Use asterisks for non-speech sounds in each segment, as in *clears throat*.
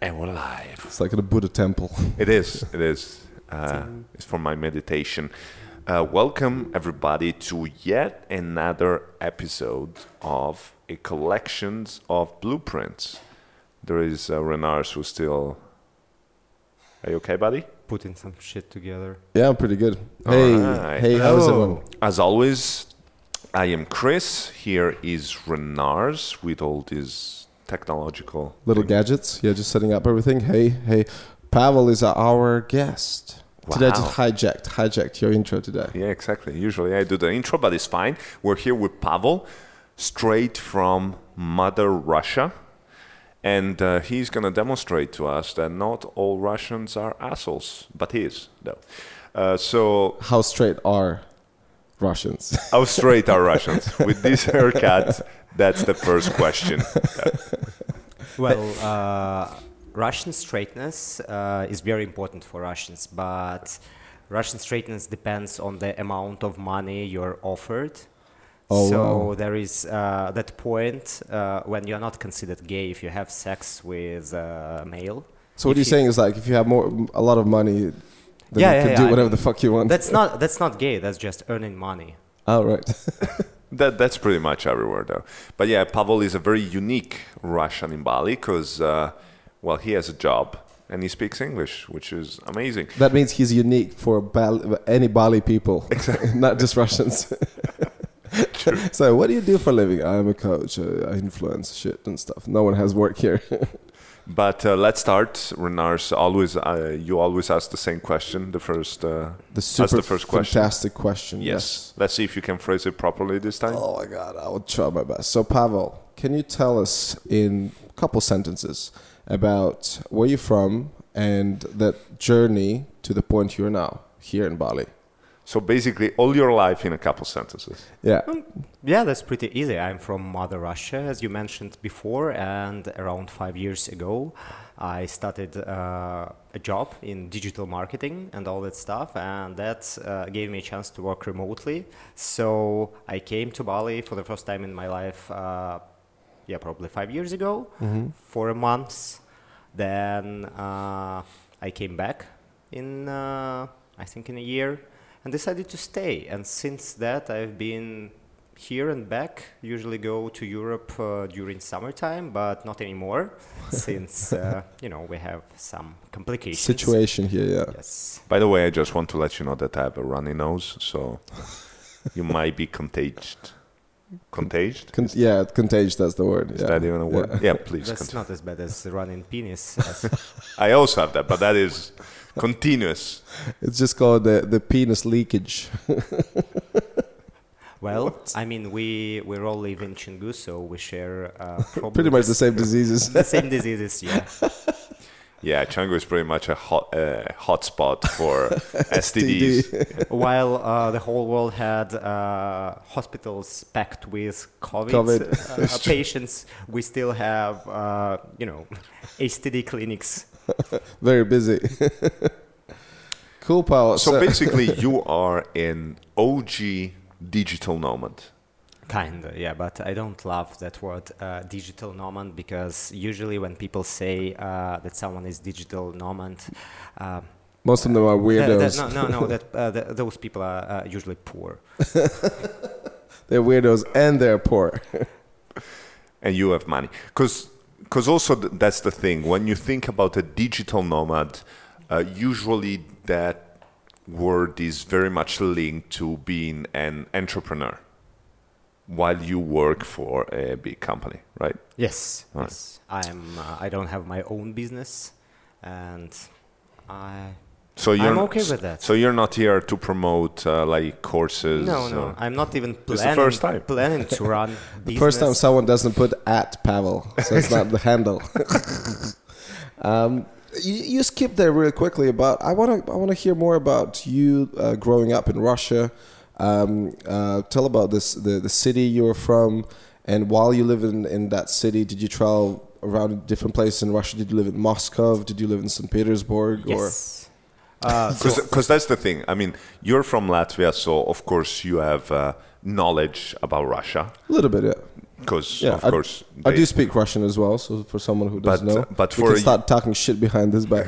and we're live. It's like at a Buddha temple. *laughs* It is. It is. Uh, it's for my meditation. Uh, welcome everybody to yet another episode of a collections of blueprints. There is uh, Renars who still. Are you okay, buddy? putting some shit together. Yeah, I'm pretty good. Hey, Alright. hey, how's everyone? As always, I am Chris. Here is Renars with all these technological. Little gadgets. Yeah, just setting up everything. Hey, hey, Pavel is our guest today. I Wow. Just hijacked, hijacked your intro today. Yeah, exactly. Usually I do the intro, but it's fine. We're here with Pavel, straight from Mother Russia. And uh, he's going to demonstrate to us that not all Russians are assholes, but he is, though. Uh, so, How straight are Russians? *laughs* how straight are Russians? With this haircut, that's the first question. Well, uh, Russian straightness uh, is very important for Russians, but Russian straightness depends on the amount of money you're offered. Oh, so wow. there is uh, that point uh, when you're not considered gay if you have sex with uh, a male. so what If you're saying is like if you have more, a lot of money, then Yeah, you yeah, can yeah, do I whatever mean, the fuck you want. That's not that's not gay. That's just earning money. oh right. That, that's pretty much everywhere, though. But yeah, Pavel is a very unique Russian in Bali because, uh, well, he has a job and he speaks English, which is amazing. that means he's unique for Bali, any Bali people, *laughs* not just *laughs* Russians. So what do you do for a living? I'm a coach. uh, I influence shit and stuff. No one has work here. *laughs* But uh, let's start, Renars. Always, uh, you always ask the same question. The first, uh, The super the first question. fantastic question. yes. Let's see if you can phrase it properly this time. Oh my god, I will try my best. So Pavel, can you tell us in a couple sentences about where you're from and that journey to the point you're now here in Bali? So basically, all your life in a couple sentences. Yeah. Yeah, that's pretty easy. I'm from Mother Russia, as you mentioned before, and around five years ago, I started uh, a job in digital marketing and all that stuff, and that uh, gave me a chance to work remotely. So I came to Bali for the first time in my life, uh, yeah, probably five years ago, Mm-hmm. for a month. Then uh, I came back in, uh, I think, in a year, and decided to stay. And since that, I've been here and back usually go to europe uh, during summertime but not *laughs* anymore since uh, you know we have some complications Situation here, yeah. yes By the way, I just want to let you know that I have a runny nose, so you might be contaged. Contaged? Con- yeah, contagious, that's the word. Is yeah. that even a word? Yeah, please. that's continue. not as bad *laughs* as running penis as I also have that, but that is continuous. It's just called the, the penis leakage. well i mean we we all live in chingu so we share uh, probably *laughs* Pretty much the same diseases. *laughs* the same diseases yeah Yeah, Changu is pretty much a hot uh, hot spot for STDs. while uh, the whole world had uh, hospitals packed with COVID, COVID. Uh, patients, we still have, uh, you know, *laughs* STD clinics. Very busy. *laughs* cool, Oh, Pavel. So *laughs* basically, you are an OG digital nomad. Kinda, yeah, but I don't love that word uh, digital nomad because usually when people say uh, that someone is digital nomad, uh, most of them are th- th- weirdos. no, no, *laughs* no, that uh, th- those people are uh, usually poor. They're weirdos and they're poor. and you have money because also th- that's the thing when you think about a digital nomad uh, usually that word is very much linked to being an entrepreneur while you work for a big company right Yes, Right. yes, I'm. Uh, I don't have my own business, and I so I'm you're okay with that. so you're not here to promote uh, like courses No, no, uh, I'm not even the planning. first time. planning *laughs* to run. business. First time someone doesn't put at Pavel, so it's not the handle. um, you, you skipped there really quickly about. I want to. I want to hear more about you uh, growing up in Russia. Um, uh, tell about this the the city you're from, and while you live in in that city, did you travel around different places in Russia? Did you live in Moscow? Did you live in St. Petersburg? yes. Uh, so- because that's the thing i mean you're from latvia so of course you have uh, knowledge about russia Or a little bit. Yeah. because Yeah, of I- course I they- do speak Russian as well, so for someone who But, doesn't know, uh, but we for can a- start talking shit behind this *laughs* back.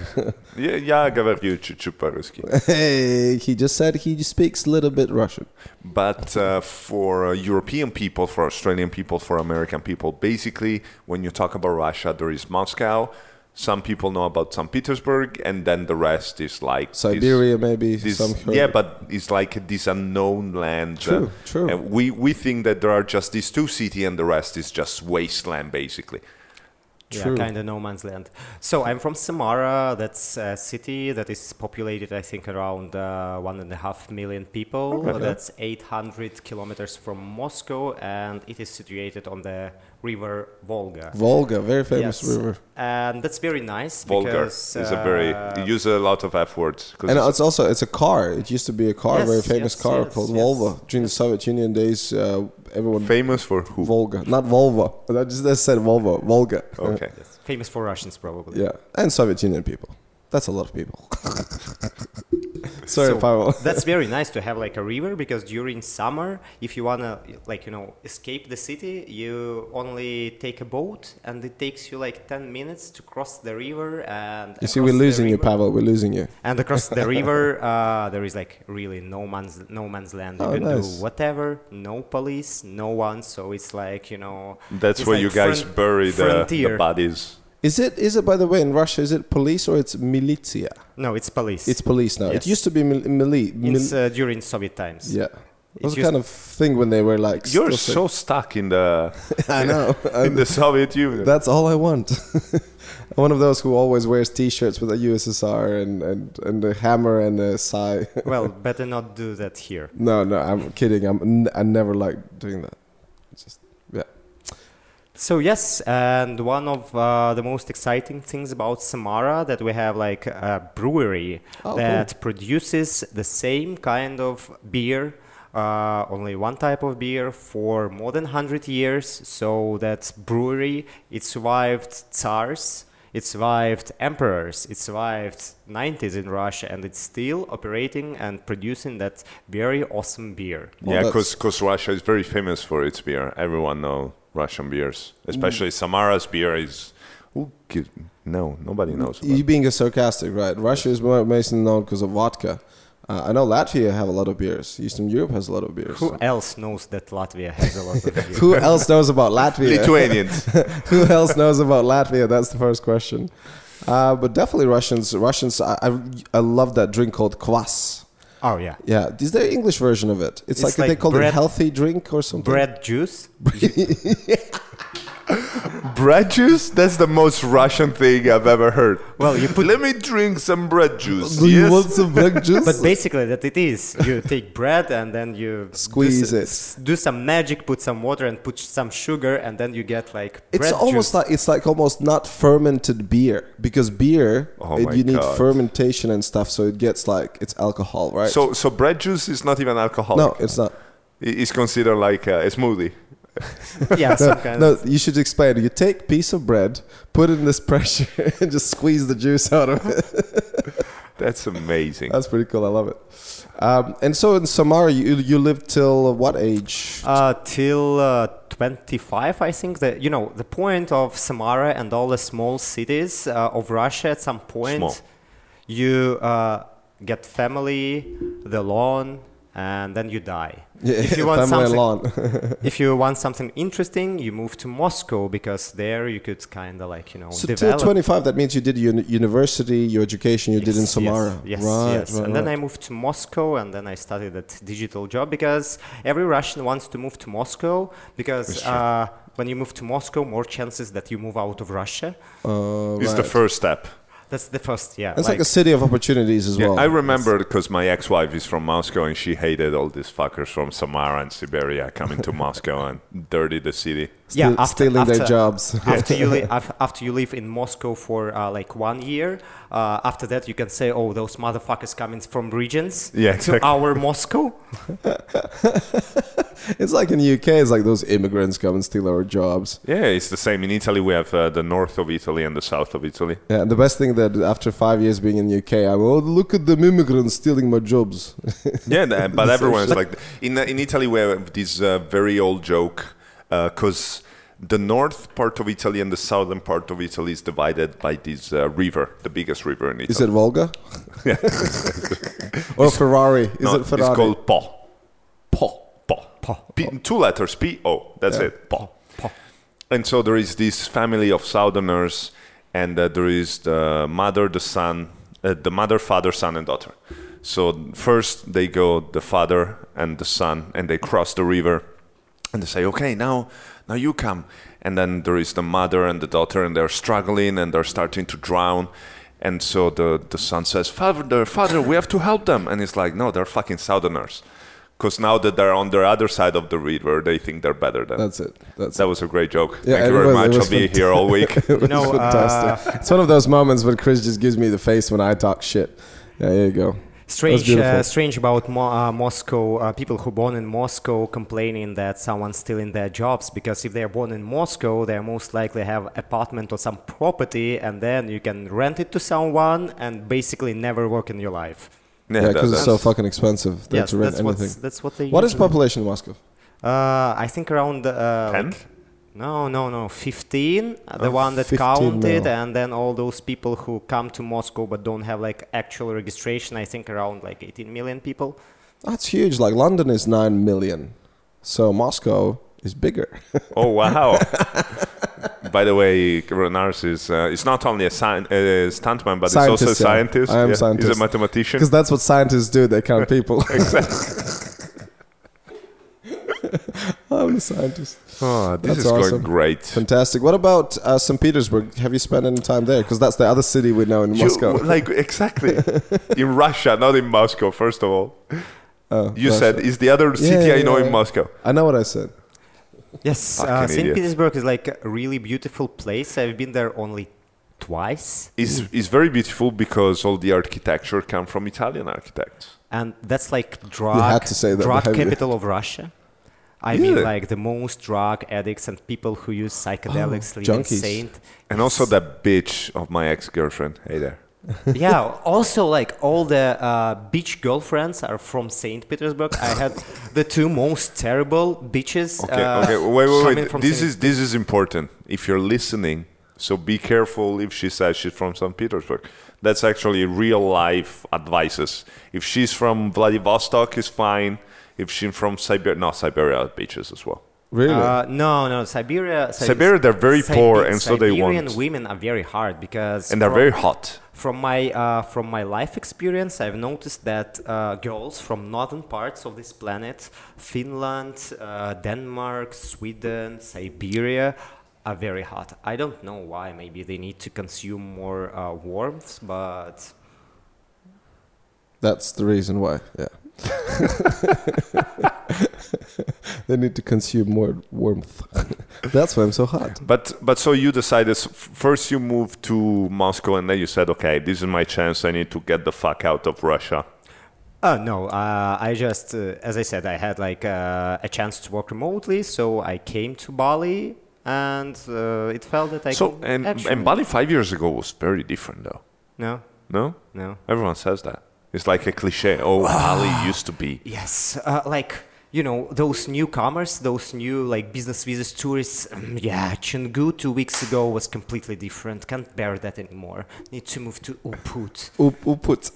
Yeah, yeah, говорю чуть-чуть по-русски. hey, *laughs* he just said he speaks a little bit Russian. But uh, for uh, European people, for Australian people, for American people, basically, when you talk about Russia, there is Moscow. Some people know about St. Petersburg, and then the rest is like this- Siberia, maybe this- some. yeah, but it's like this unknown land. True, true. and we we think that there are just these two cities, and the rest is just wasteland, basically. True. Yeah, kind of no man's land. So I'm from Samara. That's a city that is populated, I think, around uh, one and a half million people. Okay. That's 800 kilometers from Moscow, and it is situated on the river Volga. Volga, very famous Yes. river, and that's very nice. Vulgar because, is a very uh, you use a lot of f words. 'cause and it's- it's also it's a car. It used to be a car, Yes, very famous yes, car yes, called yes. Volvo during the Soviet Union days. Uh, everyone famous for who? Volga, not Volvo. I just, I said Volvo, Volga. Uh, Okay. yes, famous for Russians, probably. Yeah, and Soviet Union people. That's a lot of people. *laughs* Sorry, So, Pavel. that's very nice to have like a river because during summer if you want to like you know escape the city you only take a boat and it takes you like 10 minutes to cross the river and You see, we're across the losing you, river- Pavel. We're losing you. and across *laughs* the river uh, there is like really no man's no man's land you Oh, can nice. do whatever no police no one so it's like you know That's it's where like you guys fron- bury the, the frontier bodies. Is it? Is it? By the way, in Russia, is it police or it's militia? no it's police It's police now. It Yes. used to be mil- mili. mil- it's uh, during soviet times yeah. It was used- kind of thing when they were like. You're still so stuck in the sick. *laughs* I know. *laughs* in I'm- the Soviet Union. that's all I want. *laughs* I'm one of those who always wears T-shirts with a USSR and and and a hammer and a sigh. *laughs* well better not do that here no, no, I'm kidding. I'm n- I never like doing that. It's just So yes, and one of uh, the most exciting things about Samara that we have like a brewery Oh, that produces the same kind of beer, uh, only one type of beer for more than hundred years. So that brewery it survived Tsars, it survived emperors, it survived 90s in Russia, and it's still operating and producing that very awesome beer. Well, yeah, that's- because Russia is very famous for its beer. Everyone know Russian beers, especially Mm. Samara's beer is. Who gives, no, nobody knows. About *laughs* You being a sarcastic, right? Russia is more mostly known because of vodka. Uh, I know Latvia have a lot of beers. Eastern Europe has a lot of beers. Who else knows that Latvia has a lot of *laughs* beer? Who else knows about *laughs* Latvia? Lithuanians. *laughs* Who else knows about Latvia? That's the first question. Uh, but definitely Russians. Russians. I, I, I love that drink called kvass. Oh yeah. Yeah, is there English version of it? It's, It's like, they like call it bread- healthy drink or something. bread juice. bread juice? That's the most Russian thing I've ever heard. Well, you put. Let me drink some bread juice. Do yes? you want some bread juice? But basically, that it is. You take bread and then you Squeeze do, it. s- Do some magic, put some water and put some sugar, and then you get like It's bread almost juice. like it's like almost not fermented beer because beer Oh it, my you need God. fermentation and stuff, so it gets like it's alcohol, right? so, so bread juice is not even alcoholic. no, it's not. I- It's considered like uh, a, a smoothie. yeah, *laughs* some kind No, of. you should explain. You take piece of bread, put it in this *laughs* pressure, and just squeeze the juice out of it. That's amazing. That's pretty cool. I love it. Um, and so in Samara, you you lived till what age? *laughs* Uh, till uh, 25, I think that you know the point of Samara and all the small cities uh, of Russia. At some point, Small. you uh, get family, the lawn, and then you die. if *laughs* you want family something- *laughs* lawn. if you want something interesting, you move to Moscow because there you could kind of like you know so till develop. twenty five, that means you did uni- university, your education, you did in Yes, yes, Samara, Yes, right? right, yes. right. and then I moved to Moscow, and then I started that digital job because every Russian wants to move to Moscow because uh, when you move to Moscow, more chances that you move out of Russia. Uh, It's the right. first step. That's the first, yeah. It's like, a city of opportunities as Yeah, well. I remember because my ex-wife is from Moscow and she hated all these fuckers from Samara and Siberia coming *laughs* to Moscow and dirty the city. yeah, Steal- after- stealing their after- jobs. *laughs* after you li- af- after you live in Moscow for uh, like one year, uh, after that you can say, "Oh, those motherfuckers coming from regions Yeah, to exactly. our Moscow." *laughs* It's like in the UK, it's like those immigrants come and steal our jobs. Yeah, it's the same. In Italy, we have uh, the north of Italy and the south of Italy. Yeah, and the best thing that after five years being in the UK, I'm oh look at them immigrants stealing my jobs. *laughs* Yeah, th- but everyone's like in uh, in Italy we have this uh, very old joke. because the north part of Italy and the southern part of Italy is divided by this uh, river, the biggest river in Italy. Is it *laughs* Volga? *laughs* or Ferrari? Is No, it Ferrari? It's called Po. Po. Po. Po. P- two letters, P O. That's Yeah. it. Po. And so there is this family of Southerners, and uh, there is the mother, the son, uh, the mother, father, son, and daughter. So first they go the father and the son, and they cross the river, and they say, "Okay, now, now you come." And then there is the mother and the daughter, and they're struggling and they're starting to drown. And so the, the son says, "Father, father, we have to help them." And he's like, "No, they're fucking Southerners." Because now that they're on the other side of the river, they think they're better than That's it. *laughs* That's that was a great joke. Yeah, Thank you it very was- it much. was I'll be fant- here all *laughs* week. it. was No, uh, fantastic. it's one of those moments when Chris just gives me the face when I talk shit. Yeah, there you go. Strange, beautiful. uh, strange about Mo- uh, Moscow. Uh, people who born in Moscow complaining that someone's stealing their jobs because if they are born in Moscow, they most likely have apartment or some property, and then you can rent it to someone and basically never work in your life. Yeah, because that- it's so fucking expensive there yes, to rent that's what's- anything. that's what they. What is usually- population in Moscow? Uh, I think around uh, Ten? like- no, no, no, fifteen. uh, The Oh, one that 15 counted, now. and then all those people who come to Moscow but don't have like actual registration. I think around like eighteen million people. That's huge. Like London is nine million, so Moscow is bigger. *laughs* oh wow! By the way, Renars is uh, is not only a sci- uh, stuntman, but he's also a scientist. Scientist, yeah. I am He's scientist. a mathematician. Because that's what scientists do. They count *laughs* people. *laughs* I'm a scientist. Oh, this That's is going awesome. great. Fantastic. What about uh, St. Petersburg? Have you spent any time there? Because that's the other city we know in You- Moscow. *laughs* like *laughs* exactly in Russia, not in Moscow. First of all, Oh, you Russia. said is the other Yeah, city I yeah, know in yeah. Moscow. I know what I said. Yes, Fucking uh, St. idiot. Petersburg is like a really beautiful place. I've been there only twice, It's, it's very beautiful because all the architecture come from Italian architects. and that's like drug, to say that, drug haven't you? capital of Russia. I Really? mean, like the most drug addicts and people who use psychedelics, live junkies. insane. Oh, And also that bitch of my ex-girlfriend. Hey there. *laughs* yeah. Also, like all the uh, beach girlfriends are from Saint Petersburg. I *laughs* had the two most terrible bitches. Okay, uh, okay. Wait, wait, coming wait. from This Saint- is this is important. If you're listening, so be careful if she says she's from St. Petersburg. That's actually real life advices. If she's from Vladivostok, it's fine. If she's from Siberia, no, Siberia had beaches as well. Really? Uh, no, no, Siberia. Sib- Siberia, they're very poor, and so they Siberian want- women are very hard because And they're from- very hot. From my uh, from my life experience, I've noticed that uh, girls from northern parts of this planet, Finland, uh, Denmark, Sweden, Siberia, are very hot. I don't know why. Maybe they need to consume more uh, warmth, but That's the reason why. Yeah. *laughs* they need to consume more warmth. *laughs* that's why I'm so hot. But but so you decided s- f- first you moved to Moscow and then you said, okay, this is my chance. I need to get the fuck out of Russia. Oh no! Uh, I just, uh, as I said, I had like uh, a chance to work remotely, so I came to Bali, and uh, it felt that I so could and actually- and Bali five years ago was very different though. No, No. no. Everyone says that. It's like a cliche. Oh, *sighs* Bali used to be. Yes, uh, like you know those newcomers, those new like business visas, tourists. um, yeah, Chengdu two weeks ago was completely different. Can't bear that anymore. Need to move to Ubud. Oop, oop, put.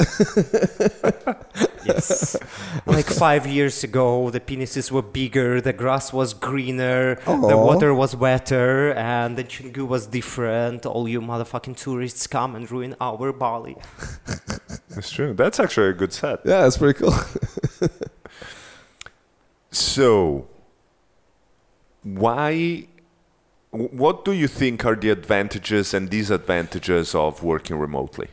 Yes, *laughs* like five years ago, the penises were bigger, the grass was greener, the Aw. water was wetter, and the Chengdu was different. All you motherfucking tourists come and ruin our Bali. That's true. That's actually a good set. *laughs* Yeah, that's pretty cool. So, why? wh- What do you think are the advantages and disadvantages of working remotely?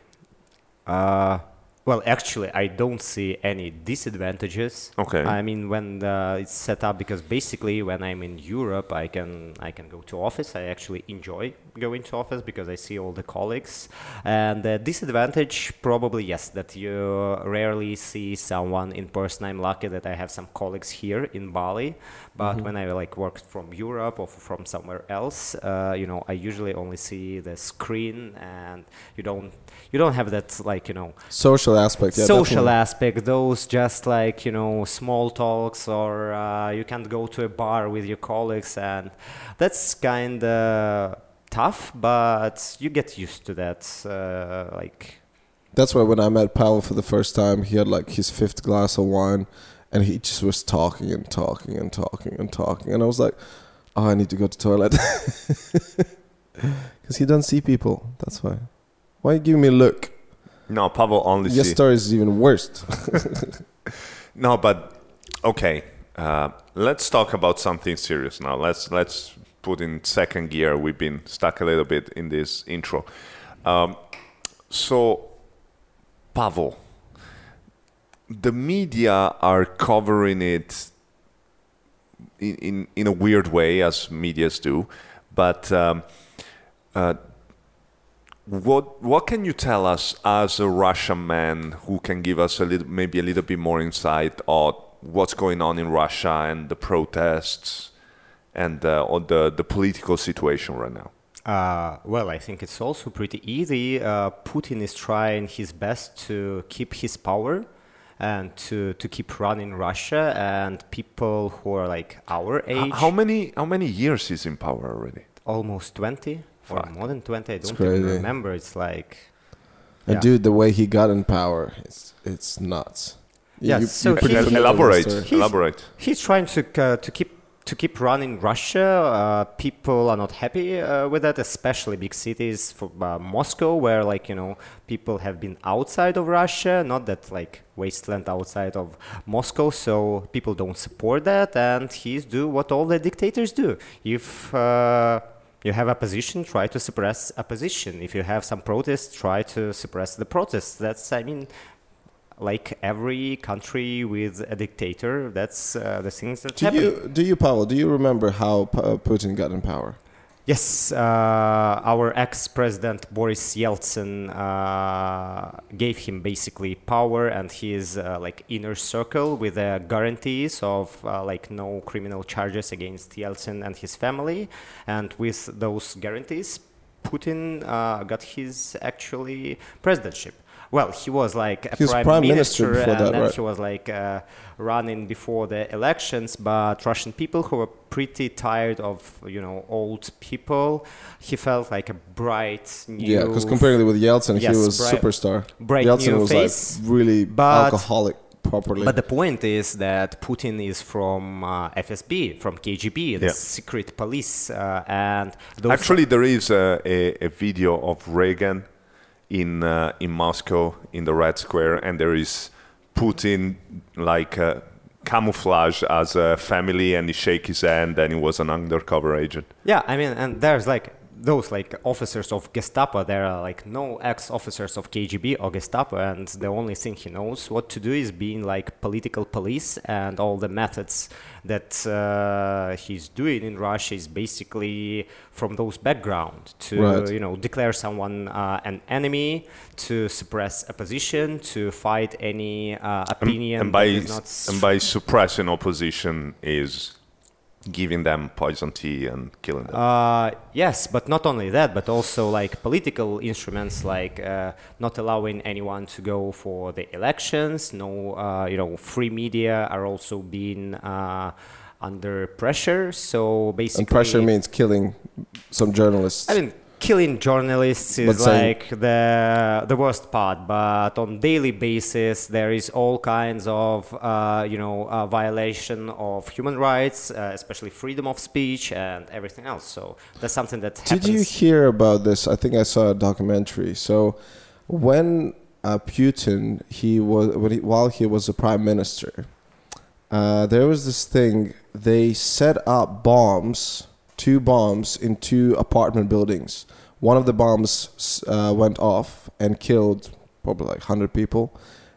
Uh, well, actually, I don't see any disadvantages. Okay. I mean, when uh it's set up, because basically, when I'm in Europe, I can I can go to office. I actually enjoy going to office because I see all the colleagues. And the disadvantage, probably yes, that you rarely see someone in person. I'm lucky that I have some colleagues here in Bali, but when I like work from Europe or f- from somewhere else, uh, you know, I usually only see the screen, and you don't you don't have that like you know Social social aspect. Yeah, social definitely. aspect, those just like you know small talks, or uh, you can't go to a bar with your colleagues, and that's kind of tough, but you get used to that. Uh, like That's why when I met Pavel for the first time, he had like his fifth glass of wine, and he just was talking and talking and talking and talking, and I was like, "Oh, I need to go to toilet," *laughs* because he doesn't see people. That's why. Why you giving me a look? No, Pavel only Your see- story is even worse. No, but okay. Uh, let's talk about something serious now. Let's let's put in second gear. We've been stuck a little bit in this intro. Um, so, Pavel, the media are covering it in in, in a weird way as medias do, but. Um, uh, what what can you tell us as a Russian man who can give us a little, maybe a little bit more insight on what's going on in Russia and the protests and uh, on the the political situation right now? Uh, well, I think it's also pretty easy. Uh, Putin is trying his best to keep his power and to, to keep running Russia and people who are like our H- age, how many how many years is in power already? almost 20 or more than 20, I don't crazy. even remember. It's like, And Yeah. dude, the way he got in power, it's it's nuts. You- Yeah, you- so you're pretty he- El- familiar with the elaborate, story. He's- elaborate. he's trying to, uh, to keep to keep running Russia, uh, people are not happy uh, with that, especially big cities, for, uh, Moscow, where like you know people have been outside of Russia, not that like wasteland outside of Moscow. So people don't support that, and he's do what all the dictators do. If uh, you have opposition, try to suppress opposition. If you have some protests, try to suppress the protests. That's I mean like every country with a dictator, that's uh, the things that Do happen. you do you Pavel? Do you remember how P- uh, Putin got in power? Yes, uh, our ex-president Boris Yeltsin uh, gave him basically power and his uh, like inner circle with uh, guarantees of uh, like no criminal charges against Yeltsin and his family, and with those guarantees, Putin uh, got his actually presidency. Well, he was like a He was prime, prime minister minister, before and that, then right? he was like uh, running before the elections. But Russian people who were pretty tired of you know old people, he felt like a bright new. yeah, because comparing it with Yeltsin, Yes, he was bright- superstar. bright Yeltsin new was face, like really but- alcoholic properly. But the point is that Putin is from uh, FSB, from KGB, the Yeah. secret police, uh, and those Actually, there is a, a, a video of Reagan in uh, in Moscow in the Red Square, and there is Putin like uh, camouflage as a family, and he shake his hand, and he was an undercover agent. Yeah, I mean, and there's like those like officers of Gestapo. There are like no ex-officers of KGB or Gestapo, and the only thing he knows what to do is being like political police, and all the methods that uh, he's doing in Russia is basically from those background to Right. you know declare someone uh, an enemy, to suppress opposition, to fight any uh, opinion and by that is not and by suppressing opposition is giving them poison tea and killing them. Uh, yes, but not only that, but also like political instruments, like uh, not allowing anyone to go for the elections. No, uh, you know, free media are also being uh, under pressure. So basically, and pressure means killing some journalists. I mean, killing journalists But is saying- like the the worst part. But on daily basis, there is all kinds of uh, you know uh, violation of human rights, uh, especially freedom of speech and everything else. So that's something that happens. Did you hear about this? I think I saw a documentary. So when uh, Putin, he was when he, while he was the prime minister, uh, there was this thing. They set up bombs, two bombs in two apartment buildings. One of the bombs uh, went off and killed probably like hundred people,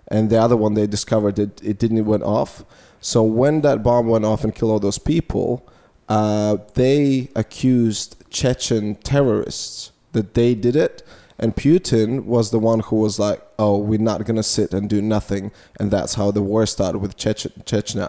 and the other one they discovered it it didn't went off. So when that bomb went off and killed all those people, uh, they accused Chechen terrorists that they did it. And Putin was the one who was like, "Oh, we're not gonna sit and do nothing," and that's how the war started with Chechen Chechnya,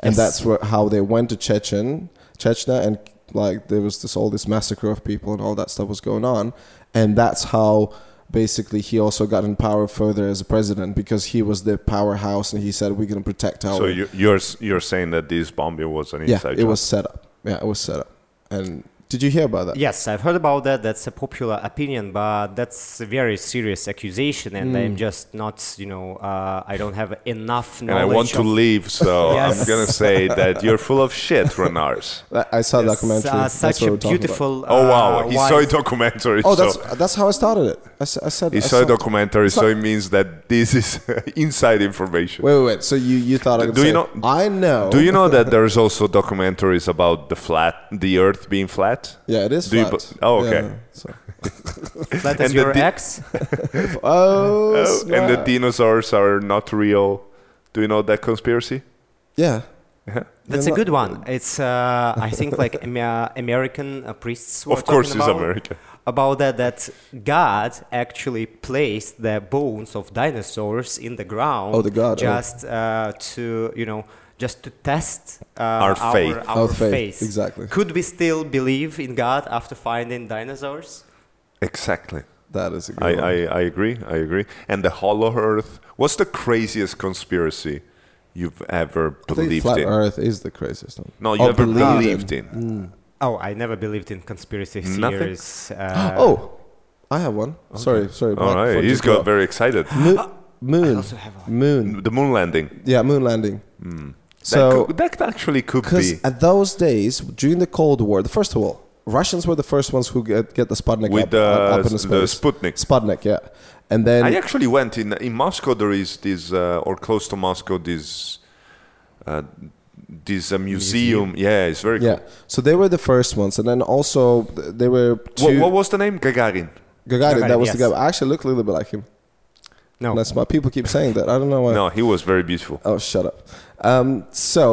and Yes. that's where, how they went to Chechen Chechnya, and like there was this all this massacre of people and all that stuff was going on, and that's how basically he also got in power further as a president because he was the powerhouse and he said we're going to protect our So you, you're s- you're saying that this bombing was an Uh, yeah inside it job? was set up yeah it was set up and did you hear about that Yes, I've heard about that. That's a popular opinion, but that's a very serious accusation, and I'm just not, you know, uh, I don't have enough Mm. And knowledge. I want to of- leave, so I'm Yes. gonna say that you're full of shit, Renars. I- I saw a Yes, documentary uh, that's such what a we're talking about. beautiful. Oh wow, uh, he saw a wife. documentary. Oh, so that's that's how I started it. I, s- I said he I saw a documentary, so so- it means that this is *laughs* inside information. Wait, wait, wait. So you you thought I Do could you say, know- I know. Do you know that there's also documentaries about the flat, the Earth being flat? Yeah, it is. Do you flat. bu- oh, okay. Yeah, so- That is and the your di- *laughs* ex. Oh, Oh, and the snap. dinosaurs are not real. Do you know that conspiracy? yeah. That's They're a not- good one. It's uh, I think like Am- uh, American uh, *laughs* priests were of course, talking it's about, America. about that that God actually placed the bones of dinosaurs in the ground. Oh, the God, oh. Just uh, to you know, just to test uh, Our faith. Our, Our faith, faith. exactly. Could we still believe in God after finding dinosaurs? Exactly. That is a good I, one. I, I agree. I agree. And the Hollow Earth. What's the craziest conspiracy you've ever I think believed flat in? Earth is the craziest one. No, you Oh, ever believed Mm, believed in. Oh, I never believed in conspiracy Nothing? theories. Uh, *gasps* oh, I have one. Sorry, sorry. All Mark, for right, he's jumping got up. very excited. *gasps* Mo- moon. also have one. Moon. The moon landing. Yeah, moon landing. So Hmm. So that, could, that actually could be Because at those days, during the Cold War, the first of all, Russians were the first ones who get, get the Sputnik with up, the, up in the space. Sputnik. Sputnik, yeah. And then I actually went in in Moscow. There is this, uh, or close to Moscow, this uh, this uh, museum. Yeah, it's very yeah, so they were the first ones, and then also th- they were cool. two. What, what was the name? Gagarin. Gagarin, that Gagarin, was the yes. guy. I actually look a little bit like him. no. That's why people keep saying that. I don't know why. No, he was very beautiful. Oh, shut up. Um, so,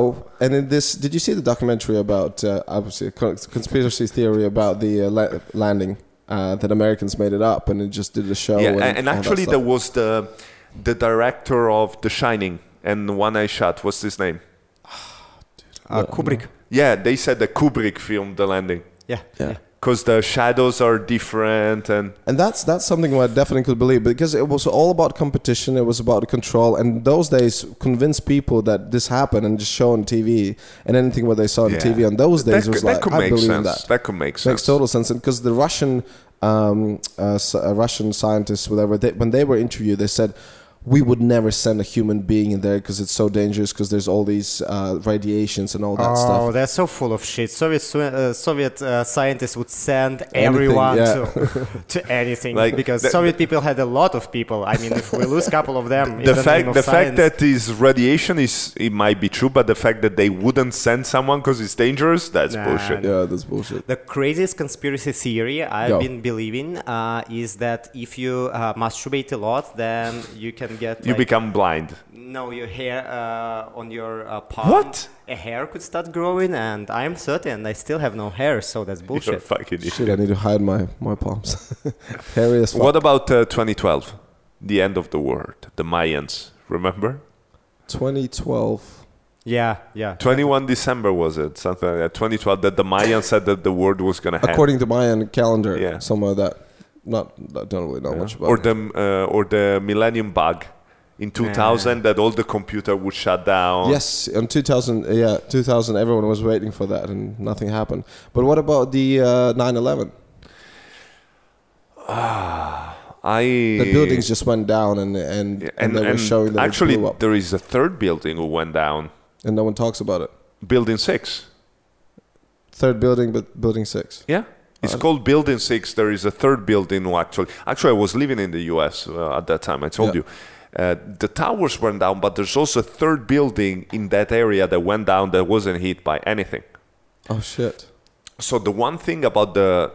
and in this, did you see the documentary about uh, obviously a con- conspiracy theory about the uh, la- landing uh, that Americans made it up and it just did a show? yeah, and, and, and Oh, all that actually stuff? there was the the director of The Shining and One Eye Shut. What's his name? Uh, Kubrick. Yeah, they said the Kubrick filmed the landing Yeah. Yeah. yeah. because the shadows are different and And that's that's something I definitely could believe because it was all about competition. It was about control. And those days, convince people that this happened and just show on TV and anything what they saw on Yeah. TV on those that, days was could- that like could I make believe in sense. that. could make sense. Makes total sense. And because the Russian um, uh, s- uh, Russian scientists, whatever, they, when they were interviewed, they said. We would never send a human being in there because it's so dangerous. Because there's all these uh, radiations and all that stuff. Oh, they're so full of shit. Soviet Swi- uh, Soviet uh, scientists would send Anything, everyone yeah. to, *laughs* to anything Like, because the- Soviet people had a lot of people. I mean, if we lose a couple of them, in the the fact name of the fact science, that is radiation is it might be true, but the fact that they wouldn't send someone because it's dangerous that's Nah. bullshit. Yeah, that's bullshit. the craziest conspiracy theory I've Go. been believing uh, is that if you uh, masturbate a lot, then you can get You like, become blind. no your hair uh, on your uh, palm. What? A hair could start growing, and I'm certain I still have no hair, so that's You're a bullshit. fucking idiot. Shit, I need to hide my my palms. *laughs* Hairy as fuck. What about uh, 2012? The end of the world. The Mayans. Remember? 2012. Yeah, yeah. 21 December was it? Something like that. 2012. That the Mayans said that the world was gonna end. According to my own calendar, Yeah. somewhere that not I don't really know Yeah. much about. or it. the uh, or the Millennium Bug in 2000 that all the computer would shut down. yes, in 2000, yeah, 2000, everyone was waiting for that and nothing happened. But what about the uh, 9/11? I The buildings just went down and and, Yeah, and, they were showing that actually it blew up, there is a third building who went down. and no one talks about it. Building 6. Third building, but building six. Yeah. It's Uh, called Building Six. There is a third building. who Actually, actually, I was living in the U.S. Uh, at that time. I told Yeah. you, uh, the towers went down, but there's also a third building in that area that went down that wasn't hit by anything. Oh shit! So the one thing about the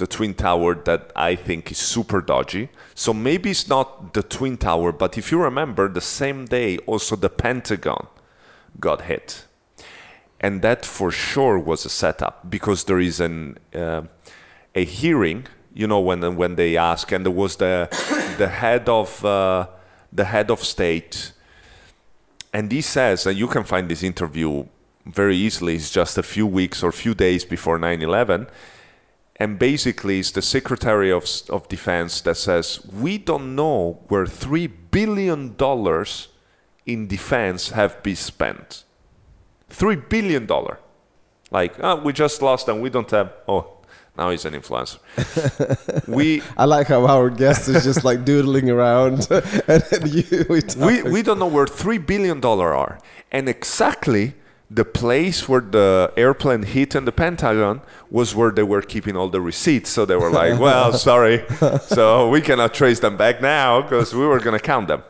the twin tower that I think is super dodgy. So maybe it's not the twin tower, but if you remember, the same day also the Pentagon got hit, and that for sure was a setup because there is an uh, a hearing. You know when when they ask, and there was the the head of uh, the head of state and he says, and you can find this interview very easily, it's just a few weeks or few days before 9 11. and basically it's the Secretary of, S- of Defense that says, we don't know where $3 billion in defense have been spent. $3 billion. Like, oh, we just lost and we don't have, oh, now he's an influencer. we, I like how Howard Guest is just like *laughs* doodling around, *laughs* and then you. We talk. we, we don't know where three billion dollar are, and exactly the place where the airplane hit in the Pentagon was where they were keeping all the receipts. So they were *laughs* like, "Well, sorry, so we cannot trace them back now because we were gonna count them."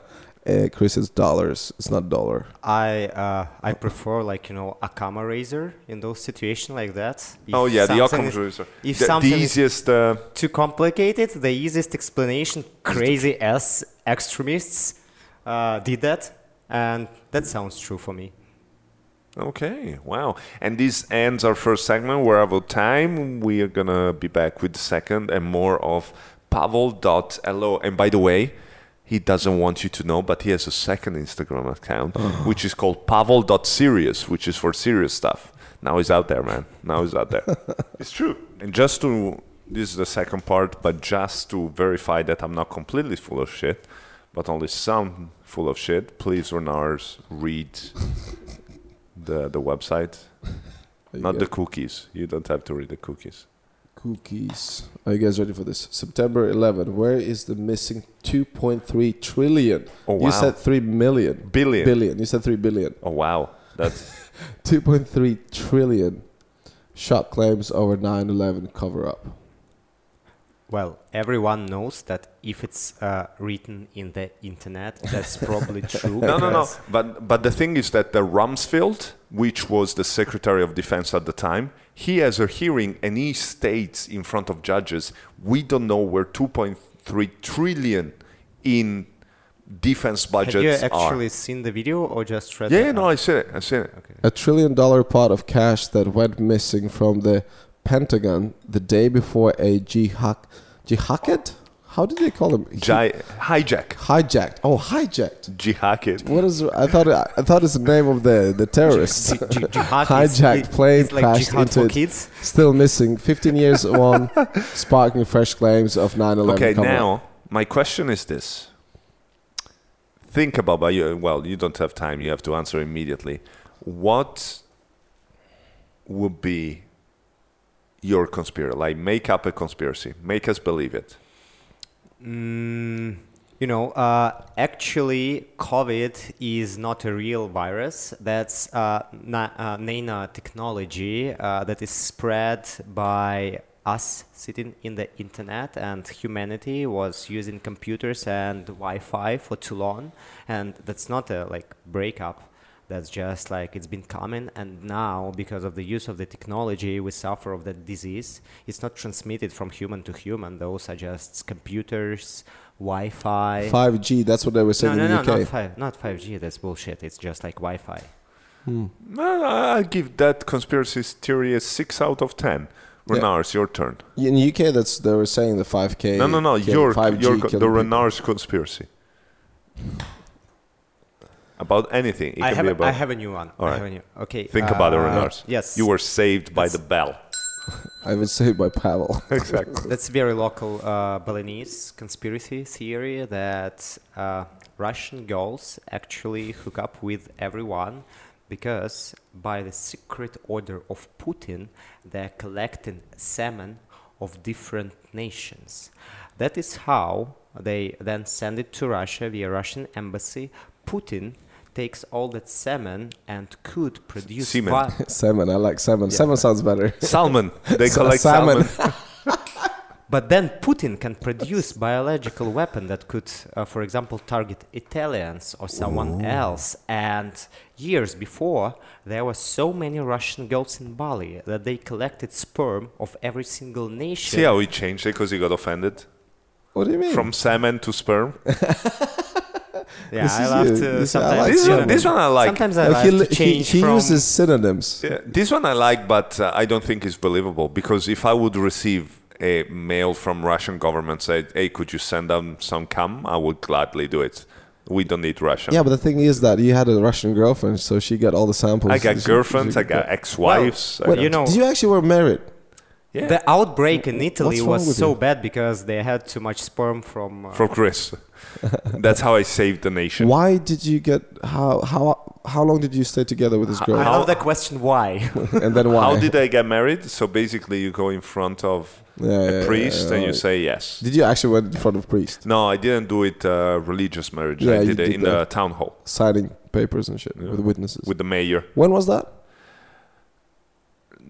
Uh, Chris, it's dollars. It's not dollar. I uh, I prefer like you know a camera razor in those situations like that. If oh yeah, the something Occam's is- razor. If the, something the is easiest. Uh, too complicated, the easiest explanation, crazy ass extremists uh, did that, and that sounds true for me. okay, wow. And this ends our first segment. We're out of time. We are gonna be back with the second and more of Pavel.lo. And by the way. He doesn't want you to know, but he has a second Instagram account, which is called Pavel.serious, which is for serious stuff. Now he's out there, man. Now he's out there. it's true. And just to, this is the second part, but just to verify that I'm not completely full of shit, but only some full of shit, please, Renars, read the, the website, Are you not the guys- cookies. You don't have to read the cookies. cookies. Are you guys ready for this? September 11. Where is the missing 2.3 trillion? Oh, wow. You said 3 million. Billion. Billion. You said 3 billion. Oh, wow. That's 2.3 trillion. Shot claims over 9 11 cover up. Well, everyone knows that if it's uh, written in the internet, that's probably *laughs* true. No, no, no. because- But but the thing is that the Rumsfeld, which was the Secretary of Defense at the time, he has a hearing and he states in front of judges, we don't know where 2.3 trillion in defense Have budgets you are. actually seen the video or just read Yeah, it? no, I see it. I see it. A trillion dollar pot of cash that went missing from the Pentagon the day before a jihad. Jihad? How did they call him? Ji- hijack, hijacked. Oh, hijacked. jihack it. What is I thought I thought it's the name of the the terrorists. Ji- ji- *laughs* jihad is- Hijacked i- plane is like crashed jihad into for it. kids. Still missing. 15 *laughs* years on, sparking fresh claims of 9/11. Okay, cover-up. now my question is this: Think about, but you, well, you don't have time. You have to answer immediately. What would be your conspiracy? Like, make up a conspiracy. Make us believe it. Mm, you know, uh, actually, COVID is not a real virus. That's uh, na- uh, nanotechnology uh, that is spread by us sitting in the internet, and humanity was using computers and Wi-Fi for too long, and that's not a like breakup. That's just like it's been common, and now because of the use of the technology, we suffer of that disease. It's not transmitted from human to human. Those are just computers, Wi-Fi. 5G. That's what they were no, saying no, in the no, UK. not five, not five G. That's bullshit. It's just like Wi-Fi. Well, I- I'll give that conspiracy theory a six out of ten. Yeah. Renars, your turn. in the UK, that's they were saying the 5K. no, no, no. killed- Your, 5G your killed the people. Renars conspiracy about anything. It I can have, be a, about. I have a new one. All I right. have a new. Okay. think about it, uh, Renars. Yes. you were saved by That's- the bell. I would say by Pavel. *laughs* Exactly. That's very local uh, Balinese conspiracy theory that uh, Russian girls actually hook up with everyone because by the secret order of Putin, they're collecting salmon of different nations. That is how they then send it to Russia via Russian embassy. Putin takes all that salmon and could produce Semen. vi- salmon. I like salmon. Salmon sounds better. *laughs* Salmon. They Sa- collect salmon. salmon. But then Putin can produce biological weapon that could, uh, for example, target Italians or someone else. And years before, there were so many Russian girls in Bali that they collected sperm of every single nation. See how he changed it because he got offended? What do you mean? From salmon to sperm? Yeah, This I is love you. to This- I sometimes. like This you one- know, this one I like. Sometimes I Like, like he to li- he, change he from. uses synonyms. Yeah, this one I like, but uh, I don't think is believable because if I would receive a mail from Russian government saying, hey, could you send them some cum? I would gladly do it. We don't need Russia. Yeah, but the thing is that you had a Russian girlfriend, so she got all the samples. I got She- girlfriends, she- I got ex-wives. I Wait, got- you know, You actually were married. Yeah. The outbreak in Italy what's wrong was with so you? bad because they had too much sperm from. Uh, From Chris. *laughs* That's how I saved the nation. Why did you get how how how long did you stay together with this I girl, love the question *laughs* why. and then why? *laughs* How did I get married? So basically, you go in front of Yeah, yeah, a yeah, priest yeah, and you right. say yes. Did you actually went in front of priest No, I didn't do it uh, religious marriage. Yeah, I you did it did in the that. town hall signing papers and shit with witnesses? with the mayor. when was that?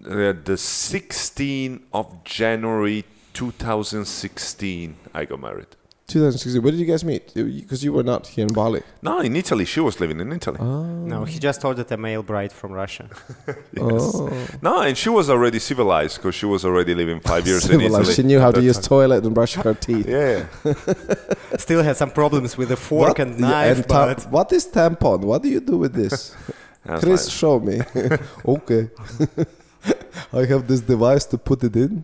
Uh, the 16th of January 2016, I got married. 2016. Where did you guys meet? Because you were not here in Bali. No, in Italy. She was living in Italy. no, *laughs* he just ordered a male bride from Russia. Oh. No, and she was already civilized because she was already living *laughs* five years in Civilized. Italy. She knew how to That- use toilet and brush her teeth. Yeah. Still had some problems with the fork What- and yeah, knife, and tam- but what is tampon? What do you do with *laughs* this? I was Chris, like, show *laughs* me. okay. *laughs* I have this device to put it in. *laughs*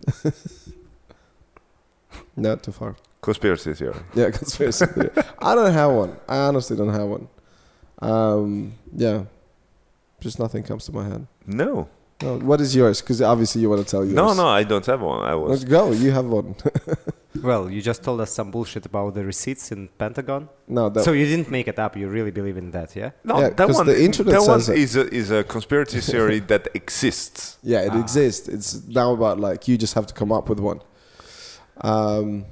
Not too far. conspiracy theory. Yeah, *laughs* conspiracy. theory. I don't have one. I honestly don't have one. Um, yeah, just nothing comes to my head. No. No, what is yours? Because obviously you want to tell yours. No, no, I don't have one. I was. Let's go. You have one. *laughs* well, you just told us some bullshit about the receipts in Pentagon. no, that, So you didn't make it up. You really believe in that, yeah? No, Yeah, that 'cause one, the internet that one says it. is a, is a conspiracy theory that exists. yeah, it exists. It's now about like you just have to come up with one. Um,